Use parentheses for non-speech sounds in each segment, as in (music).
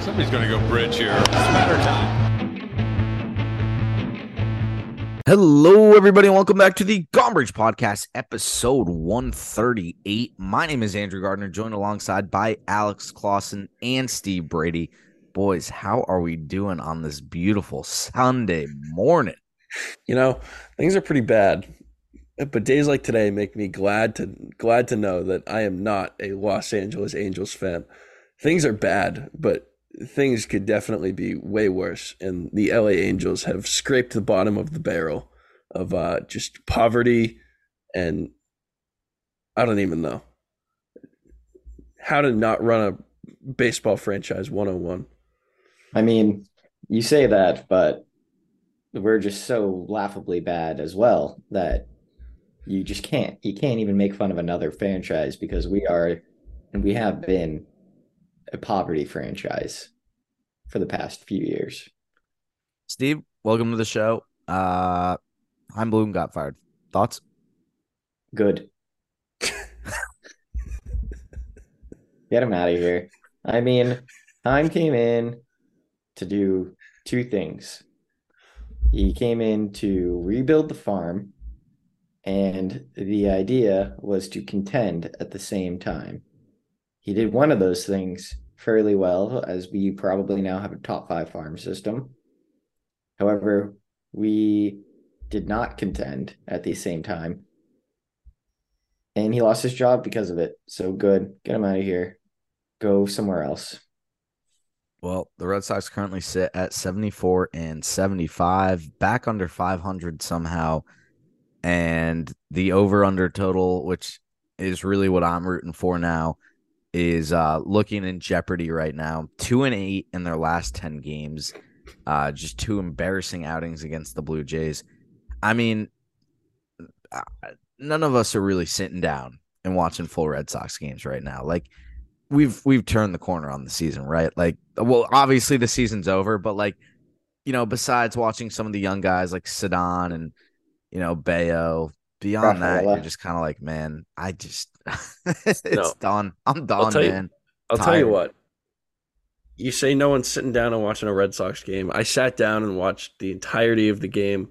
Somebody's going to go bridge here. It's matter time. Hello, everybody, and welcome back to the Gombridge Podcast, episode 138. My name is Andrew Gardner, joined alongside by Alex Clausen and Steve Brady. Boys, how are we doing on this beautiful Sunday morning? You know, things are pretty bad. But days like today make me glad to glad to know that I am not a Los Angeles Angels fan. Things are bad, but things could definitely be way worse. And the LA Angels have scraped the bottom of the barrel of uh, just poverty and I don't even know how to not run a baseball franchise 101. I mean, you say that, but we're just so laughably bad as well that you just can't you can't even make fun of another franchise because we are and we have been a poverty franchise for the past few years. Steve, welcome to the show. Uh, Heim Bloom got fired. Thoughts? Good. Get him out of here. I mean, time came in to do two things. He came in to rebuild the farm, and the idea was to contend at the same time. He did one of those things fairly well, as we probably now have a top five farm system. However, we did not contend at the same time. And he lost his job because of it. So good. Get him out of here. Go somewhere else. Well, the Red Sox currently sit at 74 and 75, back under 500 somehow. And the over under total, which is really what I'm rooting for now, is uh, looking in jeopardy right now. Two and eight in their last 10 games. Uh, just two embarrassing outings against the Blue Jays. I mean, uh, none of us are really sitting down and watching full Red Sox games right now. Like, we've we've turned the corner on the season, right? Like, well, obviously the season's over, but like, you know, besides watching some of the young guys like Sedan and you know Bayo, beyond that, Rafaela. you're just kind of like, man, I just (laughs) it's No. done. I'm done, tell you- man. I'll tell you tired. what. You say no one's sitting down and watching a Red Sox game. I sat down and watched the entirety of the game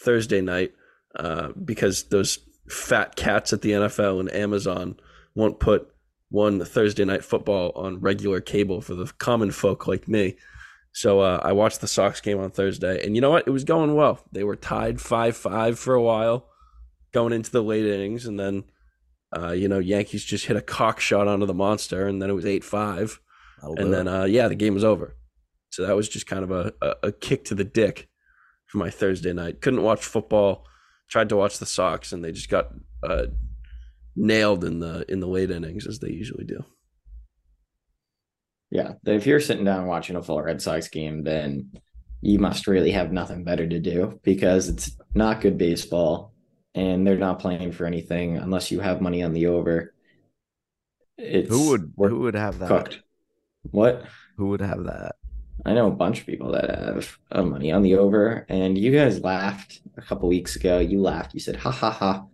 Thursday night uh, because those fat cats at the NFL and Amazon won't put one Thursday night football on regular cable for the common folk like me. So uh, I watched the Sox game on Thursday, and you know what? It was going well. They were tied five-five for a while, going into the late innings, and then uh, you know Yankees just hit a cock shot onto the monster, and then it was eight-five, That'll do and then it. uh, yeah, the game was over. So that was just kind of a, a, a kick to the dick for my Thursday night. Couldn't watch football. Tried to watch the Sox, and they just got uh, nailed in the in the late innings as they usually do. Yeah, if you're sitting down watching a full Red Sox game, then you must really have nothing better to do because it's not good baseball and they're not playing for anything unless you have money on the over. It's who would we're who would have that? cooked. What? Who would have that? I know a bunch of people that have uh, money on the over, and you guys laughed a couple weeks ago. You laughed. You said, ha ha ha.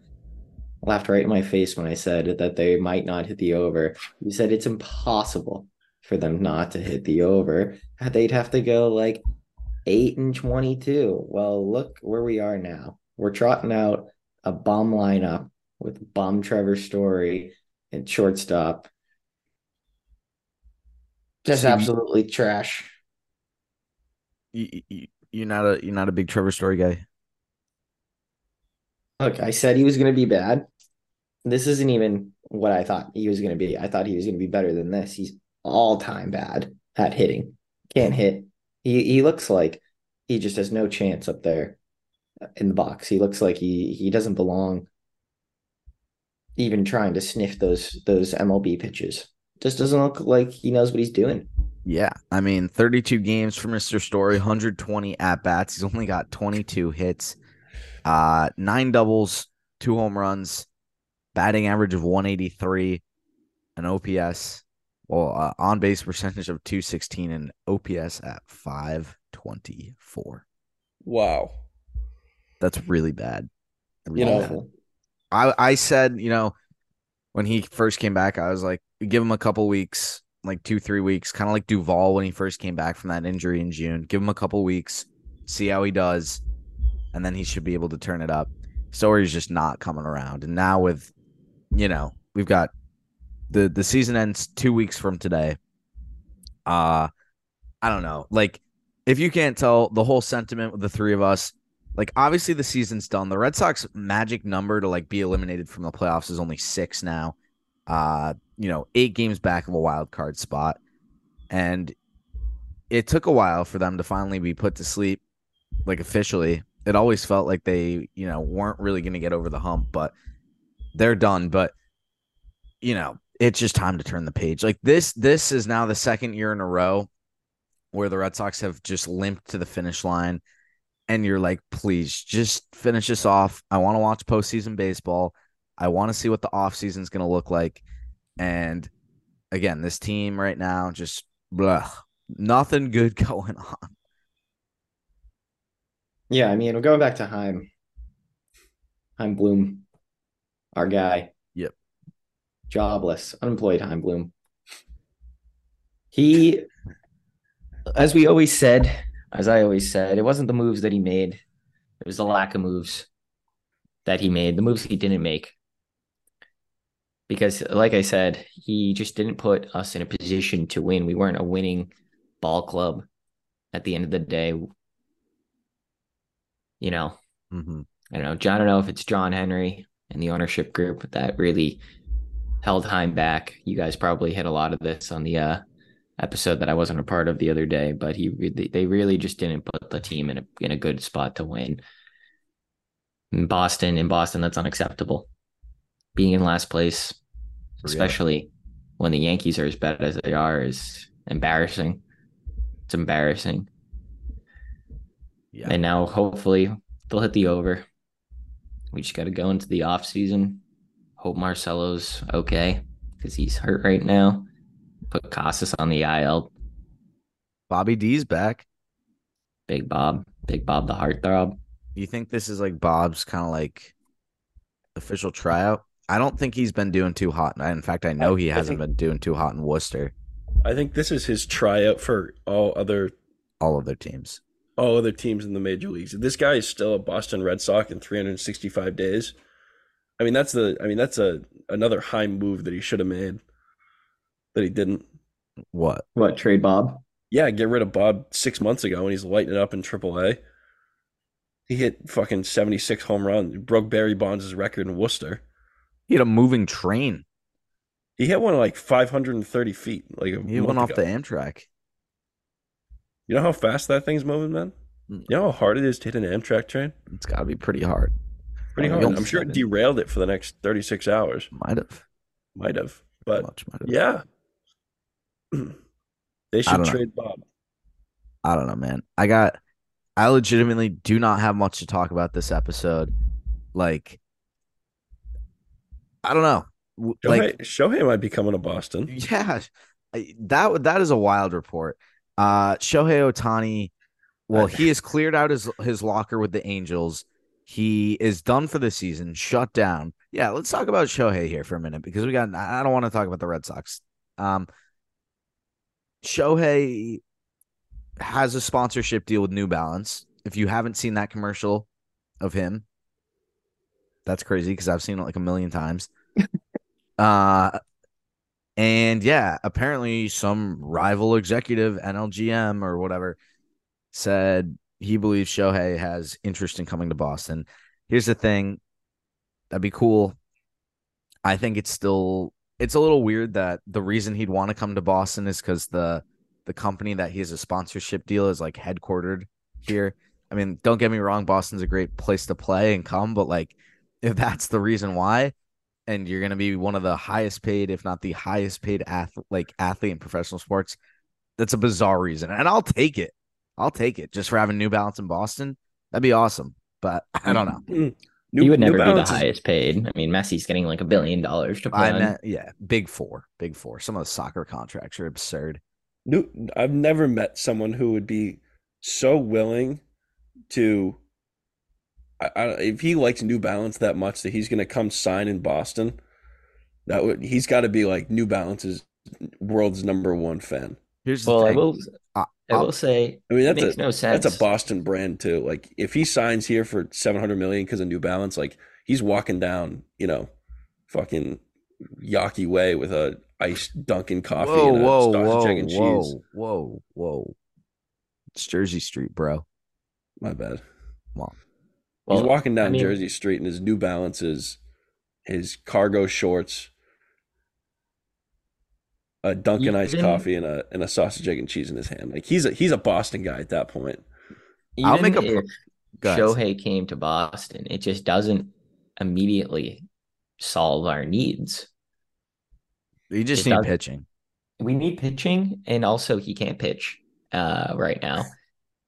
Laughed right in my face when I said that they might not hit the over. You said it's impossible for them not to hit the over. They'd have to go like 8 and 22. Well, look where we are now. We're trotting out a bomb lineup with bomb Trevor Story and shortstop. Just So you- absolutely trash. You, you, you're not a you're not a big Trevor Story guy. Look, I said he was going to be bad. This isn't even what I thought he was going to be. I thought he was going to be better than this. He's all time bad at hitting. Can't hit. He he looks like he just has no chance up there in the box. He looks like he he doesn't belong even trying to sniff those those MLB pitches. Just doesn't look like he knows what he's doing. Yeah, I mean, 32 games for Mr. Story, 120 at bats. He's only got 22 hits, uh, nine doubles, two home runs, batting average of 183, an OPS, well, uh, on base percentage of 216, and OPS at 524. Wow. That's really bad. You know, Really bad. I I said, you know, when he first came back, I was like, give him a couple weeks. like two, three weeks, kind of like Duvall when he first came back from that injury in June. Give him a couple weeks, see how he does, and then he should be able to turn it up. Story's just not coming around. And now with, you know, we've got the the season ends two weeks from today. Uh I don't know. Like, if you can't tell the whole sentiment with the three of us, like obviously the season's done. The Red Sox magic number to like be eliminated from the playoffs is only six now. Uh, you know, eight games back of a wild card spot. And it took a while for them to finally be put to sleep, like officially. It always felt like they, you know, weren't really gonna get over the hump, but they're done. But you know, it's just time to turn the page. Like this, this is now the second year in a row where the Red Sox have just limped to the finish line and you're like, please just finish this off. I want to watch postseason baseball. I want to see what the offseason is going to look like. And again, this team right now, just blah, nothing good (laughs) going on. Yeah, I mean, we're going back to Heim. Heim Bloom, our guy. Yep. Jobless, unemployed Heim Bloom. He, as we always said, as I always said, it wasn't the moves that he made. It was the lack of moves that he made, the moves he didn't make. Because, like I said, he just didn't put us in a position to win. We weren't a winning ball club at the end of the day. You know, Mm-hmm. I don't know. John, I don't know if it's John Henry and the ownership group that really held Heim back. You guys probably hit a lot of this on the uh, episode that I wasn't a part of the other day, but he they- they really just didn't put the team in a in a good spot to win. In Boston, in Boston, that's unacceptable. Being in last place, especially when the Yankees are as bad as they are, is embarrassing. It's embarrassing. Yeah. And now hopefully they'll hit the over. We just got to go into the off season. Hope Marcelo's okay because he's hurt right now. Put Casas on the IL. Bobby D's back. Big Bob, Big Bob the heartthrob. You think this is like Bob's kind of like official tryout? I don't think he's been doing too hot. In fact, I know I- he I hasn't think- been doing too hot in Worcester, I think this is his tryout for all other all of their teams. all other teams in the major leagues. If this guy is still a Boston Red Sox in 365 days, I mean that's the I mean that's a another high move that he should have made that he didn't. What? What trade Bob? Yeah, get rid of Bob six months ago, and he's lighting it up in AAA. He hit fucking 76 home runs, broke Barry Bonds' record in Worcester. He had a moving train. He hit one like 530 feet. Like a He month went off ago. the Amtrak. You know how fast that thing's moving, man. Mm. You know how hard it is to hit an Amtrak train. It's got to be pretty hard. Pretty Uh, Oh, hard. you I'm sure it almost- derailed it for the next 36 hours. Might have. Might have, but much might have. Yeah. (clears throat) they should don't know. trade Bob. I don't know, man. I got I legitimately do not have much to talk about this episode. Like I don't know. W- Shohei, Like Shohei might be coming (laughs) to Boston. yeah, I- that that is a wild report. Uh Shohei Otani, well, he has cleared out his his locker with the Angels. He is done for the season, shut down. Yeah, let's talk about Shohei here for a minute because we got I I don't want to talk about the Red Sox. Um Shohei has a sponsorship deal with New Balance. If you haven't seen that commercial of him, that's crazy because I've seen it like a million times. uh and yeah, apparently some rival executive, NLGM or whatever, said he believes Shohei has interest in coming to Boston. Here's the thing. That'd be cool. I think it's still it's a little weird that the reason he'd want to come to Boston is because the the company that he has a sponsorship deal is like headquartered here. I mean, don't get me wrong, Boston's a great place to play and come, but like if that's the reason why, and you're gonna be one of the highest paid, if not the highest paid ath- like athlete in professional sports, that's a bizarre reason. And I'll take it. I'll take it just for having New Balance in Boston. That'd be awesome. But (laughs) I don't know. New, he would New never be the Balance is- highest paid. I mean, Messi's getting like a billion dollars to play. I on. meant, yeah, big four, big four. Some of the soccer contracts are absurd. New, I've never met someone who would be so willing to. I, I, if he likes New Balance that much that he's going to come sign in Boston, that would he's got to be like New Balance is world's number one fan. Here's the Well, I thing. will I- I uh, I'll- will say I mean, it that's makes a no sense. that's a Boston brand too. Like if he signs here for seven hundred million because of New Balance, like he's walking down, you know, fucking Yaki Way with a iced Dunkin' coffee whoa, and a whoa, sausage, whoa, egg, and whoa, cheese. whoa, whoa. It's Jersey Street, bro. My bad. Well, he's walking down I mean- Jersey Street in his New Balances, his cargo shorts, a Dunkin' iced Even- coffee, and a and a sausage, egg, and cheese in his hand. Like he's a he's a Boston guy at that point. I'll even make a pro- if Go ahead. Shohei came to Boston, it just doesn't immediately solve our needs. You just It need does- pitching. We need pitching, and also he can't pitch uh, right now.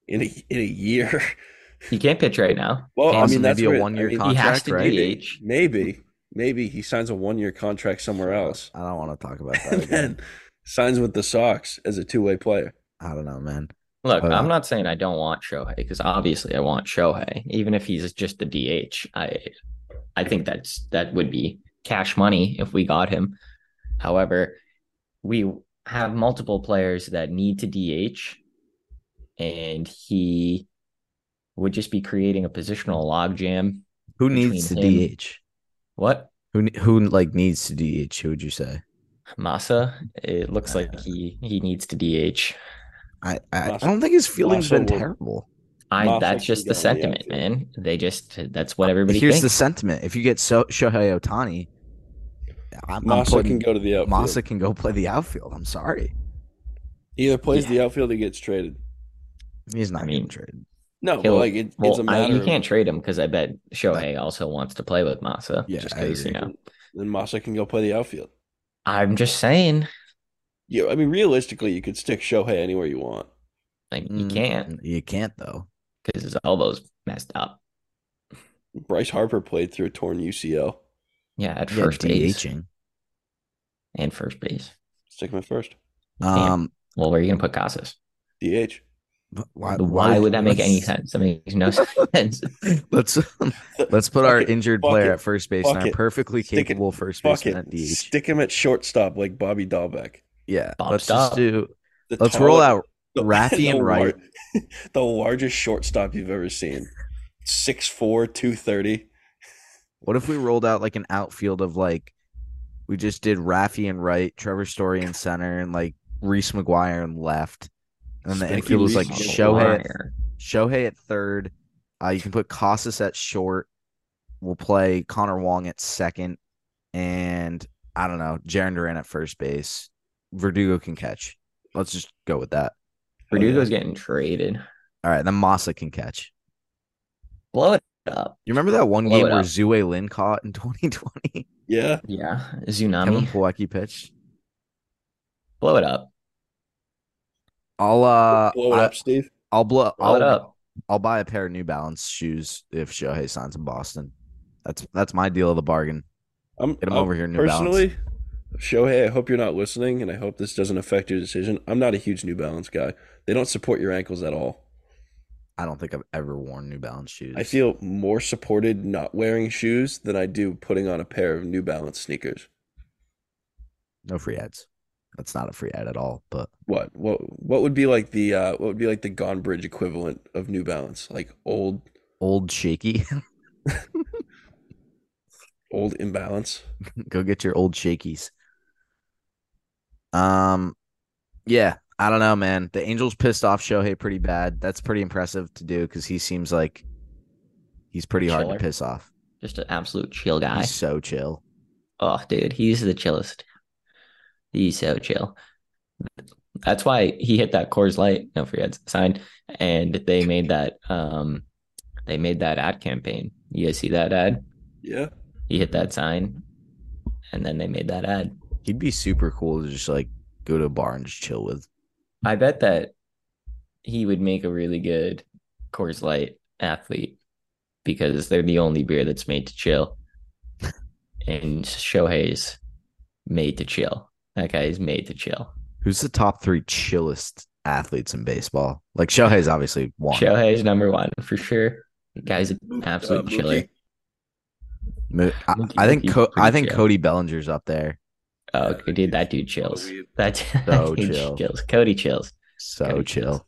In a in a year, (laughs) He can't pitch right now. well, I And mean that's maybe a where- I one-year mean, he has contract, to right? DH. Maybe, maybe he signs a one year contract somewhere else I don't want to talk about and (laughs) that again. then signs with the Sox as a two way player. I don't know, man. Look, Uh, I'm not saying I don't want Shohei because obviously I want Shohei, even if he's just a DH. I, I think that's that would be cash money if we got him. However, we have multiple players that need to DH, and he would just be creating a positional logjam. Who needs to Between him- DH? What Who ne- who like needs to DH? Who would you say? Massa? It looks like Uh, he he needs to DH. I I, I Mas- don't think his feeling's Massa been would- terrible. I Massa that's can just go the in the sentiment, outfield. man. They just that's what everybody Uh, Here's the thinks. sentiment: if you get so- Shohei Otani, I'm, I'm Massa can putting go to the outfield. Massa can go play the outfield. I'm sorry, He either plays the outfield or gets traded. he's not I getting mean, traded. No, but He'll- like it, it's Well, a I, matter. you of- can't trade him because I bet Shohei also wants to play with Massa. Yeah, just I 'cause, you agree. know. Then Massa can go play the outfield. I'm just saying, Yeah, I mean, realistically, you could stick Shohei anywhere you want. like you Mm, can't You can't though. because his elbow's messed up. Bryce Harper played through a torn UCL. Yeah, at Yeah, first base DHing. and first base. Stick him at first. can't. Um, Well, where are you gonna put Casas? DH. but Uh, why, Why, would that make any let's- sense? That (laughs) makes no sense. Let's let's (laughs) put our it, injured fuck player it, at first base fuck and our it, perfectly stick it, capable first Fuck baseman at it. DH. Stick him at shortstop like Bobby Dahlbeck. Yeah, Bob let's Staub. just do. The Let's roll tallest- out (laughs) Raffy and lar- (laughs) Wright. the largest shortstop you've ever seen. 6'4, 230. What if we rolled out like an outfield of like we just did Raffy and right, Trevor Story in center, and like Reese McGuire in left, and then the Spanky infield was Reese like Oh, Shohei, at- Wire. Shohei at third. Uh, you can put Casas at short. We'll play Connor Wong at second, and I don't know Jaron Duran at first base. Verdugo can catch. Let's just go with that. Verdugo's getting traded. All right, then Massa can catch. Blow it up. You remember that one Blow game it where up. Zue Lin caught in (laughs) 2020? Yeah. Yeah, Kevin tsunami. Plawecki pitched. Blow it up. I'll uh, blow it I, up, Steve. I'll blow. Blow it I'll, up. I'll buy a pair of New Balance shoes if Shohei signs in Boston. That's that's my deal of the bargain. I'm, Get him I'm- over here, New Balance. personally, Shohei, I hope you're not listening, and I hope this doesn't affect your decision. I'm not a huge New Balance guy. They don't support your ankles at all. I don't think I've ever worn New Balance shoes. I feel more supported not wearing shoes than I do putting on a pair of New Balance sneakers. no free ads. That's not a free ad at all. But What what what would be like the uh, what would be like the Gone Bridge equivalent of New Balance? Like old old shaky, (laughs) old imbalance. go get your old shakies. Um, yeah, I don't know, man. The Angels pissed off Shohei pretty bad. That's pretty impressive to do because he seems like he's pretty hard Chiller. to piss off. Just an absolute chill guy. He's so chill. Oh, dude, he's the chillest. He's so chill. That's why he hit that Coors Light, no free ads sign, and they made that um they made that ad campaign. You guys see that ad? Yeah. He hit that sign and then they made that ad. He'd be super cool to just like go to a bar and just chill with. I bet that he would make a really good Coors Light athlete because they're the only beer that's made to (laughs) chill. And Shohei's made to chill. That guy is made to chill. Who's the top three chillest athletes in baseball? Like Shohei's obviously one. Shohei's number one for sure. The guy's an absolute Uh, Mookie. chiller. Mo- I, Mookie- I think Mookie's Co- I pretty think chill. Cody Bellinger's up there. Oh, okay, dude, that dude chills. weed. That, (laughs) So that dude chill. chills. Cody chills. So Cody chill. chills.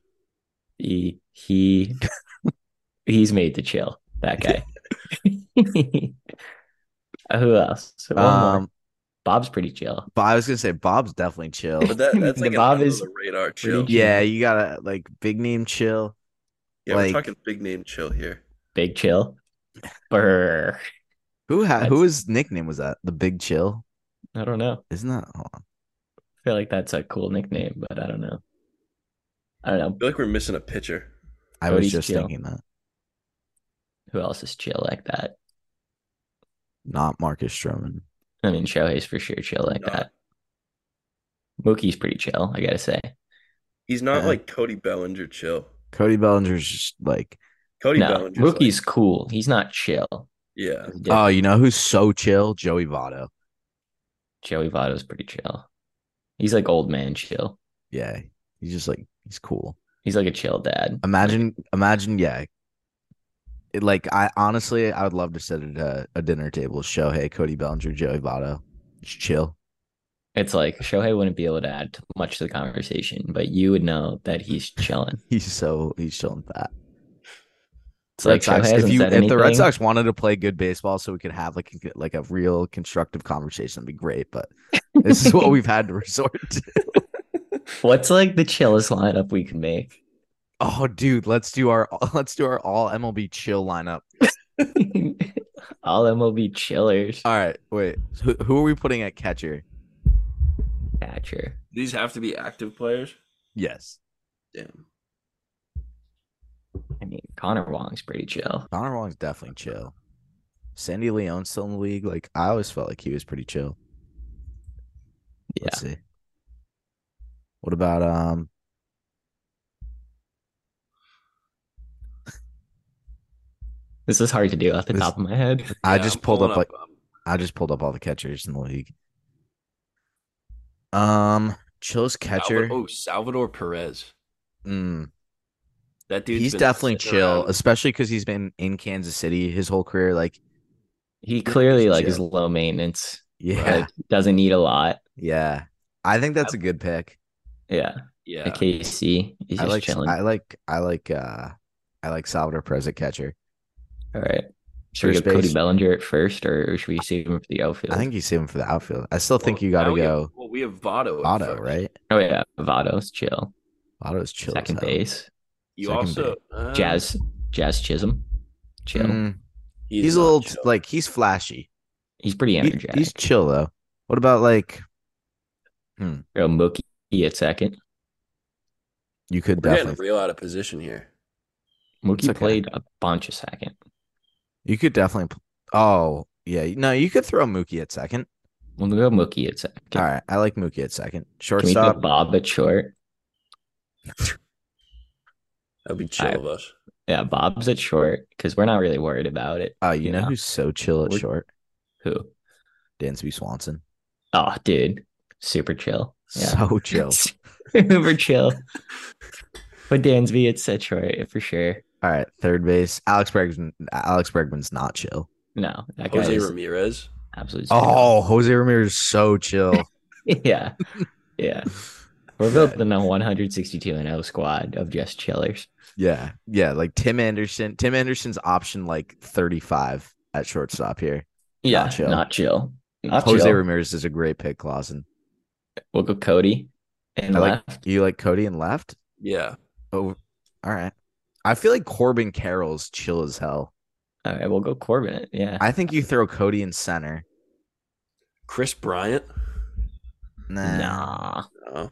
He he (laughs) he's made to chill. (laughs) That guy. (laughs) Uh, Who else? One more. Um, Bob's pretty chill. but I was gonna say Bob's definitely chill. But that, (laughs) that's like The Bob an is under the radar chill. (laughs) pretty- yeah, you gotta like big name chill. Yeah, like- we're talking big name chill here. Big chill. Brr. Who ha- who That's- his nickname was that? The Big Chill, I don't know. isn't that? Hold on. I feel like that's a cool nickname, but I don't know. I don't know. I feel like we're missing a pitcher. I was Cody's just chill. thinking that. Who else is chill like that? Not Marcus Stroman. I mean, Shohei's for sure chill like No. that. Mookie's pretty chill, I gotta say. He's not Uh-huh. Yeah. like Cody Bellinger chill. Cody Bellinger's just like, Cody no, Bellinger's like- Mookie's cool. He's not chill. yeah. He's oh, different. you know who's so chill? Joey Votto. Joey Votto's pretty chill. He's like old man chill. Yeah, he's just like he's cool. He's like a chill dad. Imagine, imagine, yeah. It, like I honestly, I would love to sit at a, a dinner table. Show hey, Cody Bellinger, Joey Votto, just chill. (laughs) It's like Shohei wouldn't be able to add much to the conversation, but you would know that he's chilling. He's so he's chilling fat. It's Like, Red Sox. Shohei If hasn't you said if the Red anything. Sox wanted to play good baseball, so we could have like a, like a real constructive conversation, it'd be great. But (laughs) this (laughs) is what we've had to resort to. (laughs) What's like the chillest lineup we can (laughs) make? Oh, dude, let's do our (laughs) let's do our all MLB chill lineup. All MLB chillers. All right, wait, who, who are we putting at catcher? Catcher. These have to be active players. Yes, Damn. I mean, Connor Wong's pretty chill. Connor Wong's definitely chill. Sandy Leone's still in the league. Like I always felt like he was pretty chill. Yeah. Let's see. What about um? This is hard to do off the This- top of my head. I Yeah, just I'm pulled up pulling like. um, I just pulled up all the catchers in the league. Um, Chill's catcher. Salva- oh, Salvador Perez. Mm, That dude. he's definitely chill, especially because he's been in Kansas City his whole career. Like, He clearly like is chill. low maintenance. yeah, Like, doesn't need a lot. (laughs) yeah. I think that's a good pick. Yeah. Yeah. Like KC. He's I just like, chilling. I like, I like, uh, I like Salvador Perez at catcher. All right. Should we First go Cody base. Bellinger at first, or should we save him for the outfield? I think you save him for the outfield. I still think Well, you got now to we go Have, well, we have Votto. at Otto, first. right? Oh yeah, Votto's chill. Otto's chill. as Second hell. base, You Second also uh, Jazz, Jazz Chisholm, chill. Mm, He's, he's, a not little chill. like he's flashy. He's pretty He- energetic. he's chill though. What about like Throw Mookie at second. you could We're definitely getting real out of position here. Mookie okay. played a bunch of second. You could definitely. p- Oh yeah, no, you could throw Mookie at second. We'll go Mookie at second. All right, I like Mookie at second. Can we put Shortstop. Bob at short? That'd be chill I- of us. Yeah, Bob's at short because we're not really worried about it. Oh, you you know know. who's so chill at We're- short? Who? Dansby Swanson. Oh, dude, super chill. Yeah, So (laughs) chill. (laughs) super chill. But Dansby at set short for sure. All right, third base. Alex Bregman. Alex Bregman's not chill. No, that guy Jose is Ramirez. absolutely. Oh, Jose Ramirez is so chill. (laughs) yeah, (laughs) yeah. We're building a 162 and 0 squad of just chillers. yeah, yeah. Like Tim Anderson. Tim Anderson's option like thirty-five at shortstop here. Yeah, Not chill. Not chill. Not Jose chill. Ramirez is a great pick, Clausen. We'll go Cody and I like- left. You like Cody and left? Yeah. Oh, all right. I feel like Corbin Carroll's chill as hell. All right, we'll go Corbin. Yeah, I think you throw Cody in center. Chris Bryant. Nah. nah. No.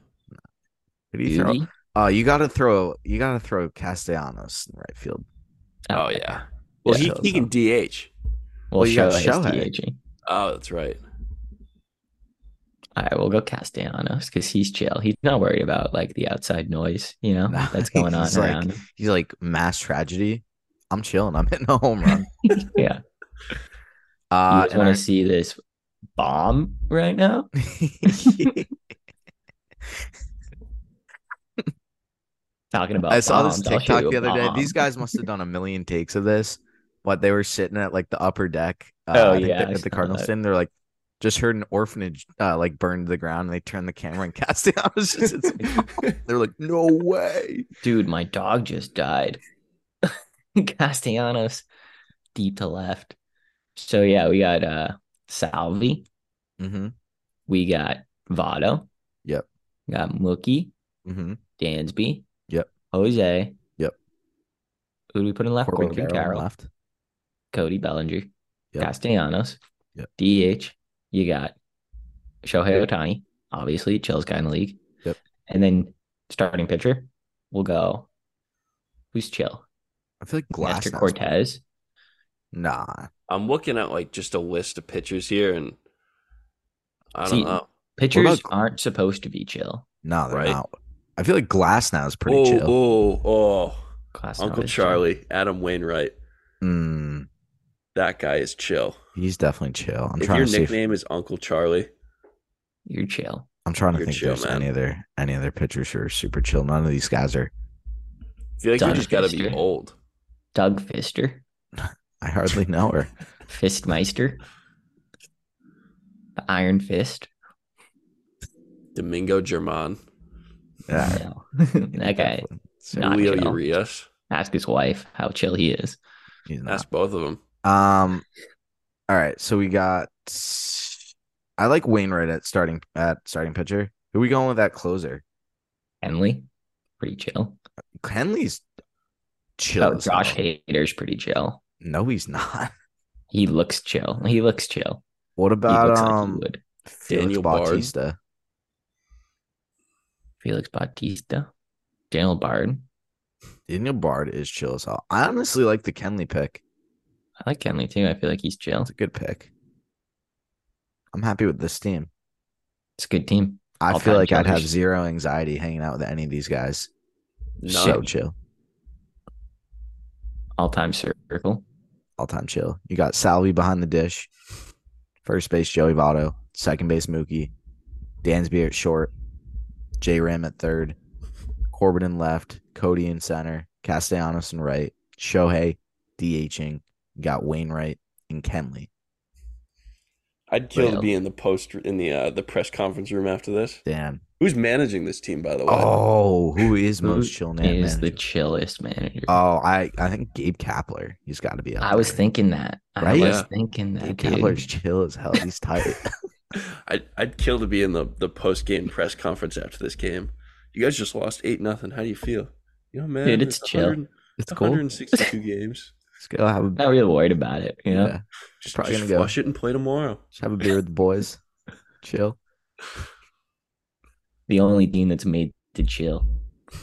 Who do you throw? Duty? Oh, you gotta throw you gotta throw Castellanos in right field. Oh Okay. yeah. Well, Yeah. he, he can DH. We'll, well, you show got his E. Shohei. DHing. Oh, that's right. All right, we'll go Castellanos because he's chill. He's not worried about like the outside noise, you know, No, that's going on (laughs) he's like- around. him. He's like mass tragedy. I'm chilling. I'm hitting a home run. Yeah, Uh, you and want I- to see this bomb right now? (laughs) Talking about. I saw bombs, this I'll show TikTok you Uh-huh. the a other day. bomb. These guys must have done a million takes of this. What they were sitting at like the upper deck. Uh, Oh, I think yeah, they're I at the saw Cardinals. that. And they're like, Just heard an orphanage uh, like burned to the ground, and they turned the camera and (laughs) Castellanos just it's (laughs) like, they're like, no way. Dude, my dog just died. (laughs) Castellanos, deep to left. So yeah, we got uh Salvi. Mm-hmm. We got Votto. Yep. We got Mookie, Mm-hmm. Dansby. Yep. Jose. Yep. Who do we put in left? Corbin, Carroll, left. Cody Bellinger, Yep. Castellanos, Yep. DH. You got Shohei Otani, obviously, chillest guy in the league. Yep. And then starting pitcher, we'll go. Who's chill? I feel like Glass. Master Cortez. Nah, I'm looking at like just a list of pitchers here, and I don't See, know. Pitchers about- aren't supposed to be chill. nah, they're Right. not. I feel like Glass now is pretty oh, chill. oh, oh, Class Uncle Charlie, Adam Wainwright. Mm, That guy is chill. he's definitely chill. I'm if trying your to see. if- nickname is Uncle Charlie, You're chill. I'm trying to You're think chill, there's man. any other any other pitchers who are super chill. None of these guys are. I feel like Done. you just got to be old. Doug Fister, I hardly know her. (laughs) Fistmeister, the Iron Fist. Domingo German, Yeah, No. (laughs) that guy. definitely. So Not Julio chill. Urias. Ask his wife how chill he is. he's not. That's both of them. Um. All right, so we got. I like Wainwright at starting at starting pitcher. Who are we going with that closer? Henley, pretty chill. Henley's chill. Oh, as hell. Josh Hader's pretty chill. No, he's not. (laughs) He looks chill. He looks chill. What He about looks like he um would. Felix Daniel Bard. Bautista? Felix Bautista, Daniel Bard. Daniel Bard is chill as hell. I honestly like the Kenley pick. I like Henley too. I feel like he's chill. It's a good pick. I'm happy with this team. It's a good team. I All feel time like I'd have killers. zero anxiety hanging out with any of these guys. None. So chill, All time circle. all time chill. You got Salvi behind the dish, first base Joey Votto, second base Mookie, Dansby at short, J Ram at third, Corbin in left, Cody in center, Castellanos in right, Shohei DHing. You got Wainwright and Kenley. I'd kill Well. to be in the post in the uh, the press conference room after this. Damn. Who's managing this team, by the way? Oh, who is Who most chill man? He is the manager? chillest manager. oh, I I think Gabe Kapler. He's got to be. Up I was there. thinking that. I Right? was Yeah. thinking that. Gabe Dude. Kapler's chill as hell. He's tired. I'd, I'd kill to be in the, the post game press conference after this game. You guys just lost eight nothing. How do you feel? You know, man, Dude, (laughs) it's chill. 100 it's cool. (laughs) Let's (laughs) 162 games. go have a Not really worried about it. You know, yeah. Just, Probably just gonna go. flush it and play tomorrow. Just have a beer with the boys. chill. the only team that's made to chill.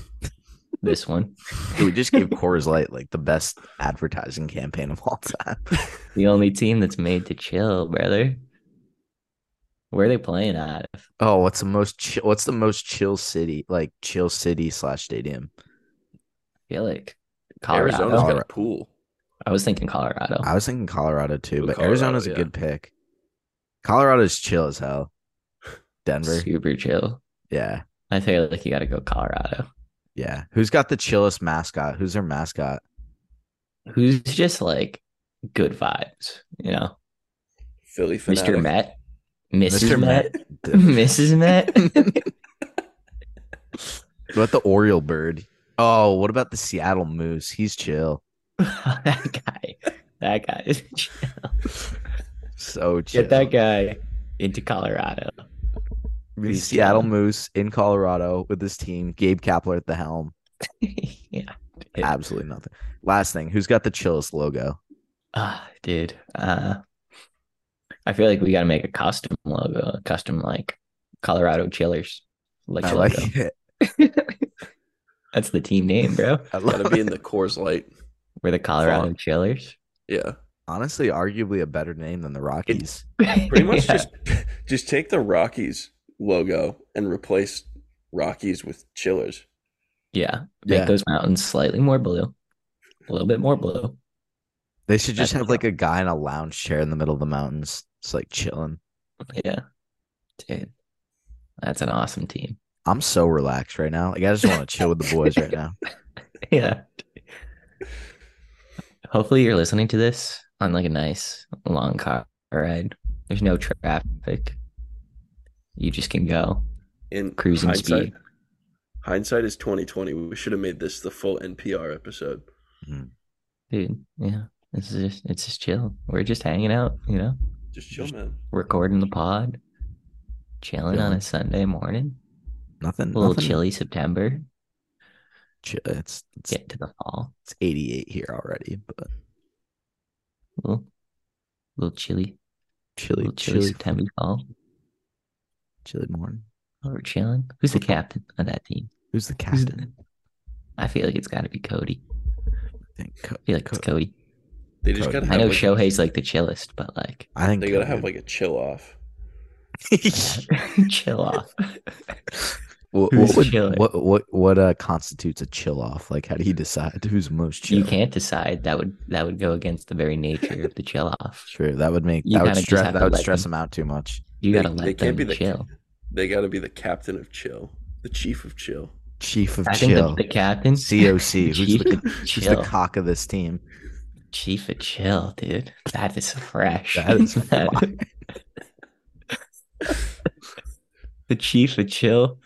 (laughs) this one, Dude, we just gave Coors Light like the best advertising campaign of all time. the only team that's made to chill, brother. Where are they playing at? Oh, what's the most? Chill, what's the most chill city? Like chill city slash stadium. I feel like Arizona's Colorado. Colorado. got a pool. I was thinking Colorado. I was thinking Colorado too, Ooh, but Colorado, Arizona's a yeah. good pick. Colorado's chill as hell. Denver, Super chill. yeah. I feel like you got to go Colorado. Yeah. Who's got the chillest mascot? Who's their mascot? Who's just like good vibes? You know, Philly fanatic. Mister Met, Mrs. Mr. Met, (laughs) Met. Mrs. Met. what about the Oriole bird? Oh, what about the Seattle Moose? He's chill. that guy. That guy is (laughs) chill. So chill. Get that guy into Colorado. (laughs) The he's Seattle chill. Moose in Colorado with his team, Gabe Kapler at the helm. yeah. Dude. Absolutely nothing. Last thing, who's got the chillest logo? Ah, dude. Uh, I feel like we got to make a custom logo, a custom like Colorado Chillers. Like, I logo. (laughs) like it. That's the team name, bro. I love Gotta be it. in (laughs) the Coors Light. We're the Colorado Fuck. Chillers. Yeah, Honestly, arguably a better name than the Rockies. pretty (laughs) much just just take the Rockies logo and replace Rockies with Chillers. yeah. Make Yeah. those mountains slightly more blue, a little bit more blue. They should just That's have like a guy in a lounge chair in the middle of the mountains. It's like chilling. Yeah, dude. That's an awesome team. I'm so relaxed right now. Like I just want to chill with the boys right (laughs) now. yeah. Hopefully, you're listening to this on like a nice long car ride There's no traffic. You just can go In cruising hindsight, speed. hindsight is twenty twenty. We should have made this the full NPR episode. Dude, yeah. This is just it's just chill. We're just hanging out, you know, Just chill, man. recording the pod, chilling on Chilling. a Sunday morning. Nothing. A little nothing chilly September. chi- It's it's, Get to the fall. it's 88 here already, but A little, little chilly. chilly, little chilly, chilly, chilly, September fall. morning. We're chilling. Who's the captain of that team? Who's the Who's- captain? I feel like it's got to be Cody. I I think. Co- feel like it's Co- Cody. They just Cody. gotta I have know like, Shohei's like the chillest, (laughs) but like, I think they gotta Cody. have (laughs) like a chill off. chill off. what, who's what, would- chilling. Hmm. what what what uh, constitutes a chill off? Like, how do you decide who's most chill? You can't decide. That would that would go against the very nature of the chill off. True. That would make You that would kinda just stress have that to would let stress them. them out too much. You They- gotta let they them can't be the- chill. They gotta be the captain of chill, the chief of chill. Chief of I think chill. the, the captain, (laughs) COC. Who's chief the (laughs) of Who's the chill, cock of this team? chief of chill, dude. That is fresh. That (laughs) is That- fire. (laughs) the chief of chill.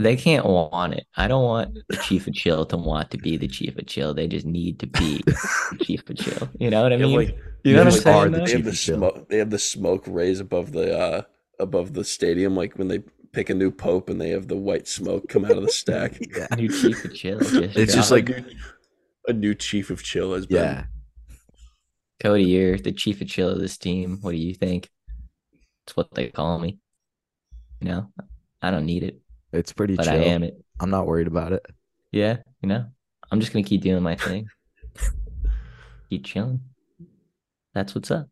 They can't want it. I don't want the chief of chill to want to be the chief of chill. They just need to be the chief of chill. (laughs) You know what I They have, mean? like, you know they what I'm just are saying? the though? they have Chief the of chill. smoke. They have the smoke rays above the uh above the stadium, like when they pick a new pope and they have the white smoke come out of the (laughs) stack. Yeah. (laughs) New chief of chill. Just It's just dropped. like- a new, a new chief of chill has been. Yeah. Cody, you're the chief of chill of this team. What do you think? It's what they call me. You know, I don't need it, It's pretty but chill. I am it. I'm not worried about it. Yeah, you know, I'm just gonna keep doing my thing. keep chilling. That's what's up.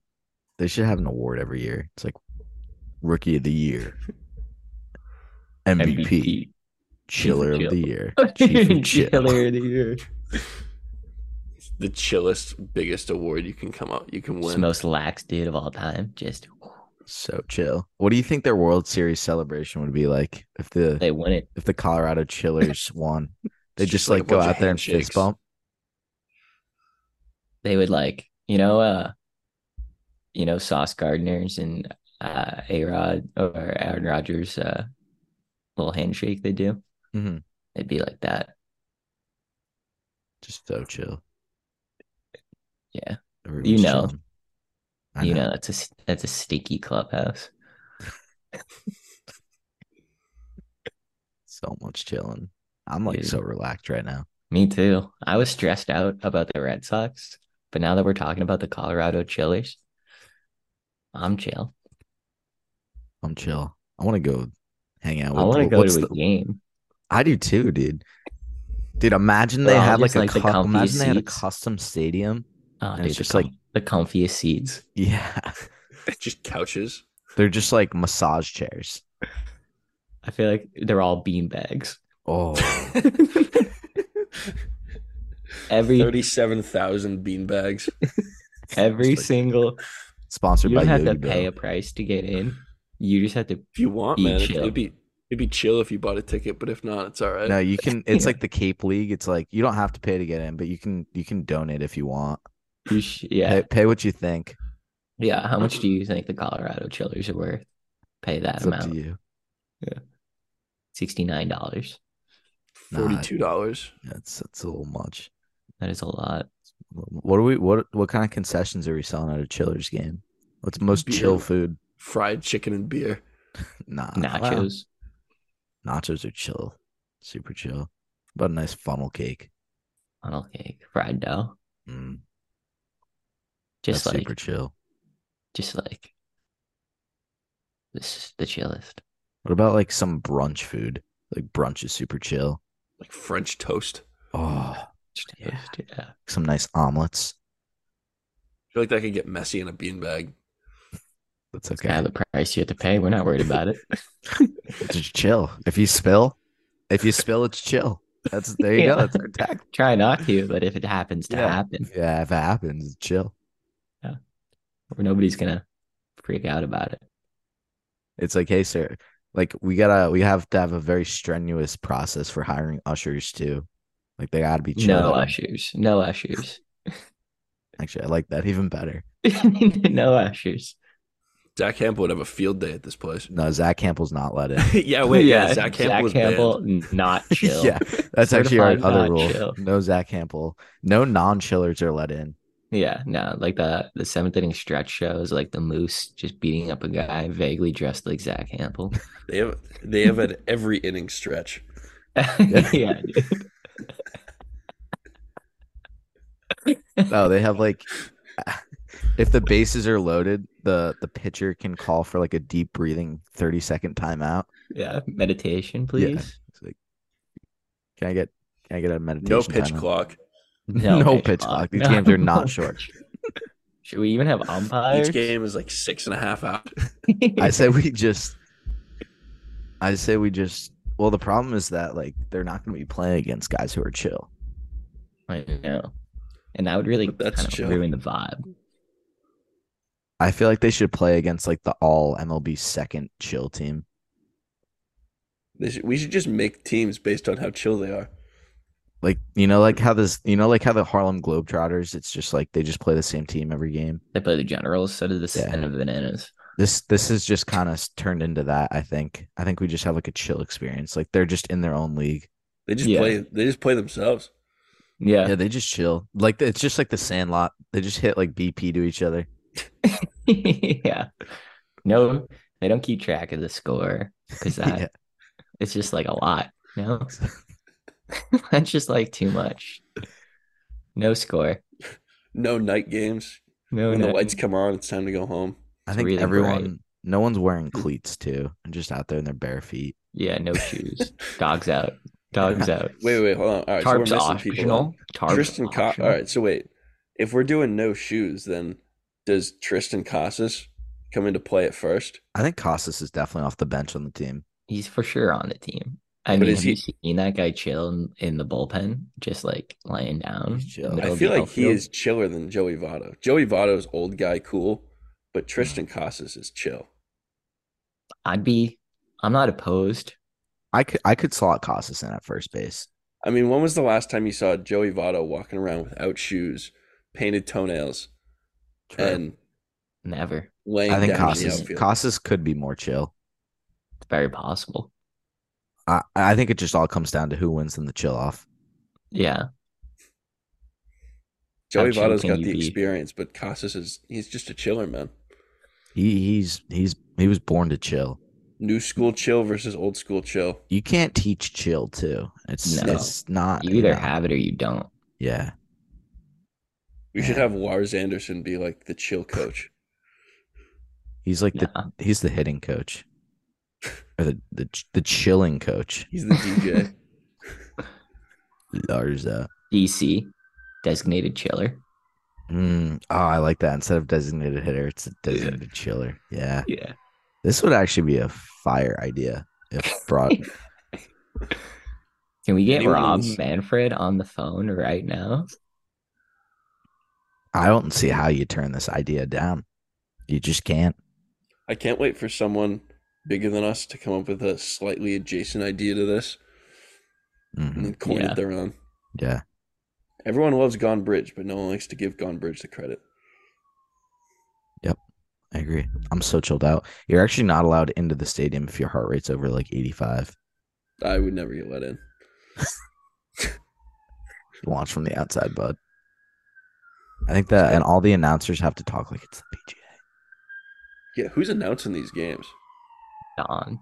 They should have an award every year. It's like rookie of the year, MVP, chiller Chief of of the (laughs) year, chief Chiller of chill. of the year. the chillest, biggest award you can come up. You can It's win. the most lax dude of all time. Just So chill. What do you think their World Series celebration would be like if the they win it. if the Colorado Chillers (laughs) won? They It's just like a like go bunch of out there and fist handshakes. bump. They would like, you know, uh you know, Sauce Gardeners and uh A Rod or Aaron Rodgers uh little handshake they do. Mhm. It'd be like that. Just so chill. Yeah. Everyone's You know. chilling. I you know. that's a s- that's a sticky clubhouse. so much chilling. I'm like Dude. so relaxed right now. Me too. I was stressed out about the Red Sox, but now that we're talking about the Colorado Chillers, I'm chill. I'm chill. I want to go hang out. I want to wh- go what's to a the- game. I do too, dude. Dude, imagine They're they all had like just, a like, the cu- comfiest imagine they had a seats. custom stadium. (laughs) Oh, And dude, it's the just like- com- the comfiest seats. Yeah, Just couches. they're just like massage chairs. I feel like they're all beanbags. Oh, (laughs) Every Thirty-seven thousand beanbags. every Just like- single sponsored you by don't have to Yogi pay Bear. a price to get in. You just have to. If you want, Be man, chill. it'd be it'd be chill if you bought a ticket, but if not, it's all right. No, (laughs) you can. It's Yeah. like the Cape League. It's like you don't have to pay to get in, but you can. You can donate if you want. You sh- yeah, Pay, pay what you think. yeah. How much do you think the Colorado Chillers are worth? Pay that It's up to amount. you. Sixty nine dollars. Nah. Forty-two dollars. That's that's a little much. That is a lot. What are we? What what kind of concessions are we selling at a Chillers game? What's the most Beer. chill food? Fried chicken and beer. Nah, Oh, wow. Nachos. Nachos are chill, super chill. But a nice funnel cake, funnel cake, fried dough. mm, Just that's like super chill. just like this is the chillest. What about like some brunch food? Like brunch is super chill. Like French toast. Oh, Just- Yeah. yeah. some nice omelets. I feel like that could get messy in a beanbag. That's It's okay. kind of the price you have to pay. We're not worried about it. Just chill. If you spill, if you spill, it's chill. That's there you go. (laughs) Yeah. That's our tag. Try not to, but if it happens to Yeah. happen, Yeah, if it happens, it's chill. nobody's gonna freak out about it. It's like, hey, sir, like we gotta, we have to have a very strenuous process for hiring ushers too. Like they gotta be chill. no that way. ushers. No (laughs) ushers. Actually, I like that even better. no ushers. Zach Campbell would have a field day at this place. No, Zach Campbell's not let in. (laughs) yeah, Oh, wait, yeah, Zach Campbell was Campbell, (laughs) not (laughs) (laughs) chill. yeah, that's actually our Certified other not rule. chill. No Zach Campbell. No non-chillers are let in. Yeah, no, like the the seventh inning stretch shows, like the moose just beating up a guy vaguely dressed like Zach Campbell. banned. (laughs) They have they have an every inning stretch. yeah, dude. No, they have like (laughs) if the bases are loaded, the the pitcher can call for like a deep breathing 30 second timeout. yeah, meditation, please. It's like can I get can I get a meditation? No pitch timeout? clock. (laughs) No, pitch, clock. These No. games are not short. Should we even have umpires? Each (laughs) game is like six and a half out. I say (laughs) we just I say we just well the problem is that like they're not gonna be playing against guys who are chill. I know, and that would really But that's kind of chill. ruin the vibe. I feel like they should play against like the all MLB second chill team. (laughs) They should, we should just make teams based on how chill they are. Like you know, like how this you know, like how the Harlem Globetrotters, it's just like they just play the same team every game. They play the Generals, so do the Yeah. Seven Bananas. This this is just kind of turned into that. I think. I think we just have like a chill experience. Like they're just in their own league. They just Yeah. play. They just play themselves. Yeah, Yeah, they just chill. Like it's just like the Sandlot. They just hit like BP to each other. (laughs) yeah. No, they don't keep track of the score (laughs) because that Yeah. it's just like a lot. (laughs) No, that's just like too much. No score. No night games. No, when no. the lights come on, it's time to go home. I think really bright. Mm. everyone. No one's wearing cleats too, and just out there in their bare feet. Yeah, (laughs) no shoes. Dogs out. Dogs out. Wait, wait, hold on. All right, so we're Tarps missing people. optional. Tarps Tristan Co- optional. All right, so wait. If we're doing no shoes, then does Tristan Casas come into play at first? I think Costas is definitely off the bench on the team. He's for sure on the team. I But mean, is have you seen that guy chill in, in the bullpen, just like laying down? in the He's chill. middle I of feel the like he outfield? is chiller than Joey Votto. Joey Votto is old guy cool, but Tristan Casas is chill. I'd be. I'm not opposed. I could I could slot Costas in at first base. I mean, when was the last time you saw Joey Votto walking around without shoes, painted toenails, and Never. laying I think down in the Costas outfield? Costas could be more chill. It's very possible. I I think it just all comes down to who wins in the chill off. Yeah. Joey how chill Votto's can got you the be? experience, but Casas is he's just a chiller, man. He he's he's he was born to chill. New school chill versus old school chill. You can't teach chill too. It's No. it's not You either no. have it or you don't. yeah. We should Yeah. have Lars Anderson be like the chill coach. He's like Yeah. the he's the hitting coach. Or the the ch- the chilling coach. He's the DJ. Larza. DC, designated chiller. Mm. Oh, I like that. Instead of designated hitter, it's a designated chiller. Yeah. Yeah. This would actually be a fire idea if brought Can we get Anyone Rob who's- Manfred on the phone right now? I don't see how you turn this idea down. You just can't. (laughs) I can't wait for someone bigger than us to come up with a slightly adjacent idea to this and Mhm. then coin Yeah. it their own. Yeah. Everyone loves Gone Bridge, but no one likes to give Gone Bridge the credit. I agree. I'm so chilled out. You're actually not allowed into the stadium if your heart rate's over like 85. I would never get let in. You watch from the outside, bud. I think that, and all the announcers have to talk like it's the PGA. Yeah, who's announcing these games? Don.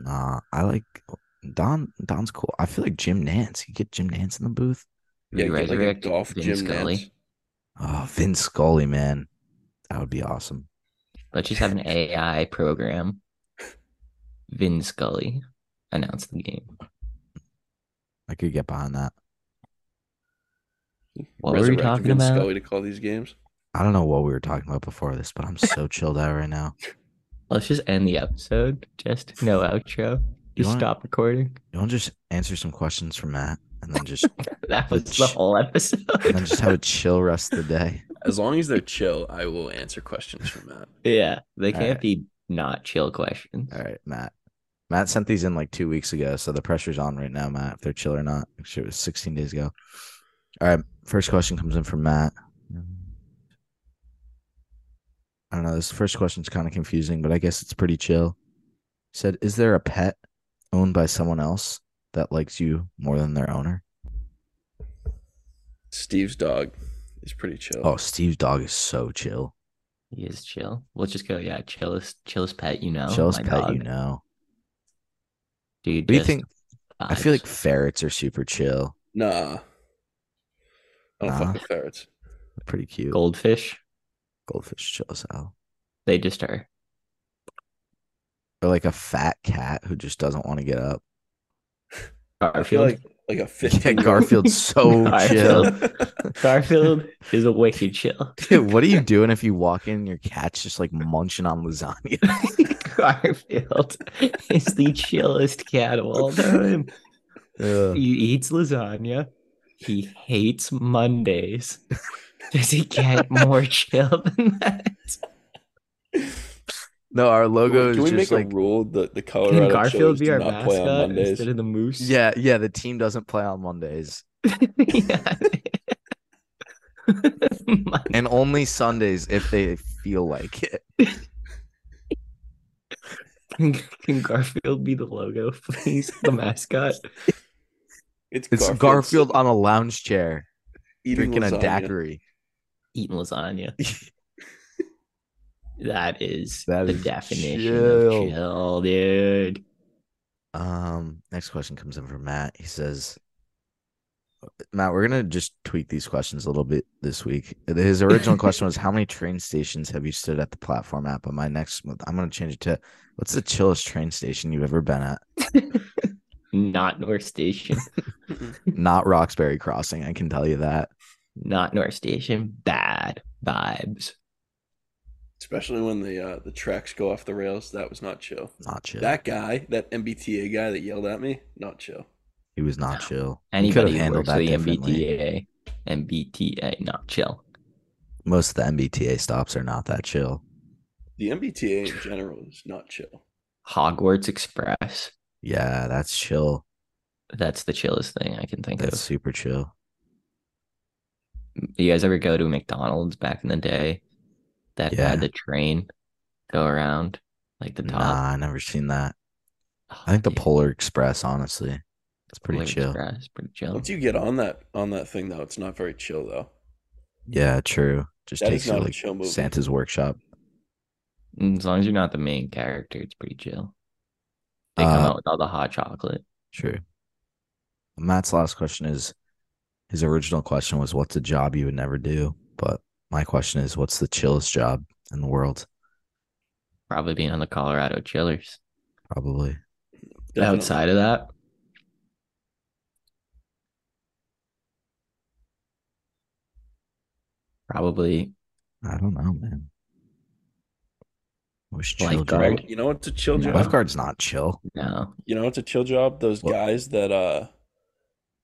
Nah, I like Don. Don's cool. I feel like Jim Nance. You get Jim Nance in the booth. Yeah, We get like a resurrect golf Vin gym Scully. Nance. Oh, Vince Scully, man. That would be awesome. Let's just have (laughs) an AI program. Vin Scully announced the game. I could get behind that. What were we Resurrect talking Vin about? Scully to call these games. I don't know what we were talking about before this, but I'm so chilled out right now. Let's just end the episode. (laughs) Just no outro. Just wanna- stop recording. (laughs) You want to just answer some questions from Matt and then just That was Let's- the whole episode. (laughs) (laughs) and then just have a chill rest of the day. (laughs) As long as they're chill, I will answer questions from that. yeah. They All can't right. be not chill questions. All right, Matt. Matt sent these in like two weeks ago, so the pressure's on right now, Matt, if they're chill or not. Actually, it was 16 days ago. All right, first question comes in from Matt. I don't know. This first question's kind of confusing, but I guess it's pretty chill. Said, is there a pet owned by someone else that likes you more than their owner? Steve's dog is pretty chill. Oh, Steve's dog is so chill. He is chill. We'll just go, yeah, chillest, chillest pet you know. Chill's Oh my pet, dog. you know. Dude, What do you just think? I feel vibes. like ferrets are super chill. Nah. I don't Nah. fuck with ferrets. They're pretty cute. goldfish, Goldfish chill as hell. they just are. Or like a fat cat who just doesn't want to get (laughs) up. I feel like (laughs) like a Yeah, 15 Garfield's (laughs) so chill. Garfield. (laughs) Garfield is a wicked chill. (laughs) Dude, what are you doing if you walk in and your cat's just like munching on lasagna? (laughs) (laughs) Garfield is the chillest cat of all time. Ugh. He eats lasagna. He hates Mondays. Does he (laughs) get more chill than that? No, our logo Can we is make just a like rule that the Colorado Can Garfield Chili's be do our not play on mascot Mondays? instead of the moose? yeah, yeah. The team doesn't play on Mondays, (laughs) Yeah. (laughs) Mon- and only Sundays if they feel like it. can, can Garfield be the logo, please? The mascot? It's Garfield's Garfield on a lounge chair eating drinking a lasagna. daiquiri. Eating lasagna. (laughs) That is That the is definition chill. of chill, dude. Um, next question comes in from Matt. He says, Matt, we're gonna just tweak these questions a little bit this week. His original question (laughs) was, How many train stations have you stood at the platform at? But my next month, I'm gonna change it to what's the chillest train station you've ever been at? Not North Station. Not Roxbury Crossing, I can tell you that. Not North Station. Bad vibes. Especially when the uh, the tracks go off the rails. That was not chill. Not chill. That guy, that MBTA guy that yelled at me, not chill. he was not No. chill. He could have Anybody who handled works that for the differently. MBTA, MBTA, not chill. Most of the MBTA stops are not that chill. The MBTA (laughs) in general is not chill. Hogwarts Express. Yeah, that's chill. That's the chillest thing I can think That's super chill. of. You guys ever go to McDonald's back in the day that Yeah. had the train go around like the top? Nah, I never seen that. Oh, I think the dude, Polar Express, honestly. It's pretty Polar chill. Express, pretty chill. Once you get on that on that thing though, it's not very chill though. Yeah, true. Just That takes is you not a like chill movie. Santa's workshop. Mm, As long as you're not the main character, it's pretty chill. They come Uh, out with all the hot chocolate. True. Matt's last question is his original question was what's a job you would never do? But my question is what's the chillest job in the world? Probably being on the Colorado Chillers. Probably. Definitely. Outside of that, probably I don't know, man. Most chill Lifeguard. job. Greg, you know what's a chill No. job? Lifeguard's not chill. no. You know what's a chill job? Those What? guys that uh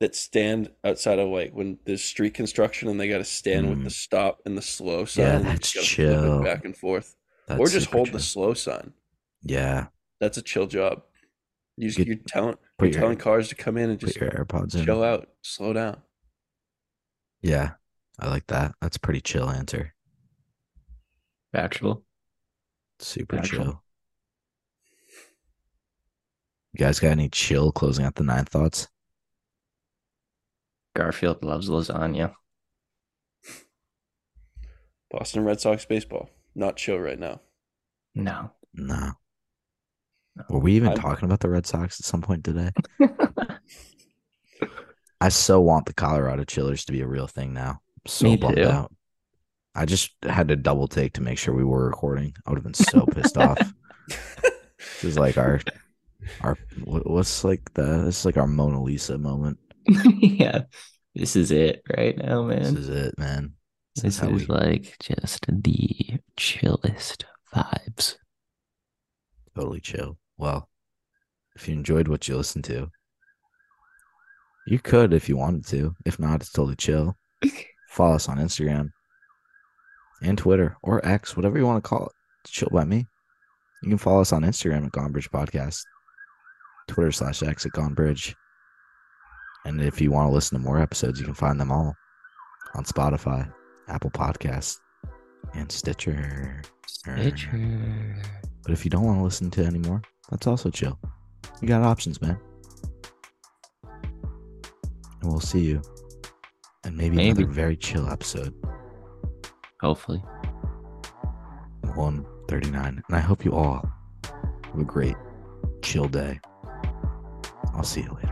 that stand outside of like when there's street construction and they got to stand with the stop and the slow sign. Mm. Yeah, and they that's just gotta flip it chill. Back and forth, That's or just super hold chill. the slow sign. Yeah. That's a chill job. You Get- you're telling put you're your- telling cars to come in and Put just your AirPods in. chill out, slow down. Yeah. I like that. That's a pretty chill answer. Factual. Super Factual. chill. You guys got any chill closing out the nine thoughts? Garfield loves lasagna. Boston Red Sox baseball not chill right now. No. (laughs) No. Were we even I'm- talking about the Red Sox at some point (laughs) today? I so want the Colorado Chillers to be a real thing now. I'm so Me bummed too. out. I just had to double take to make sure we were recording. I would have been so pissed (laughs) off. This is like our our what- what's like the this is like our Mona Lisa moment. yeah. This is it right now, man. This is it, man. This, is This how we is like just the chillest vibes. totally chill. Well, if you enjoyed what you listened to, you could if you wanted to. If not, it's totally chill. Follow us on Instagram and Twitter or X, whatever you want to call it. It's chill by me. You can follow us on Instagram at Gone Bridge Podcast, Twitter slash X at Gone Bridge. And if you want to listen to more episodes, you can find them all on Spotify, Apple Podcasts, and Stitcher. Stitcher. But if you don't want to listen to it anymore, that's also chill. You got options, man. And we'll see you. And maybe, Maybe. another very chill episode. Hopefully. 139. And I hope you all have a great chill day. I'll see you later.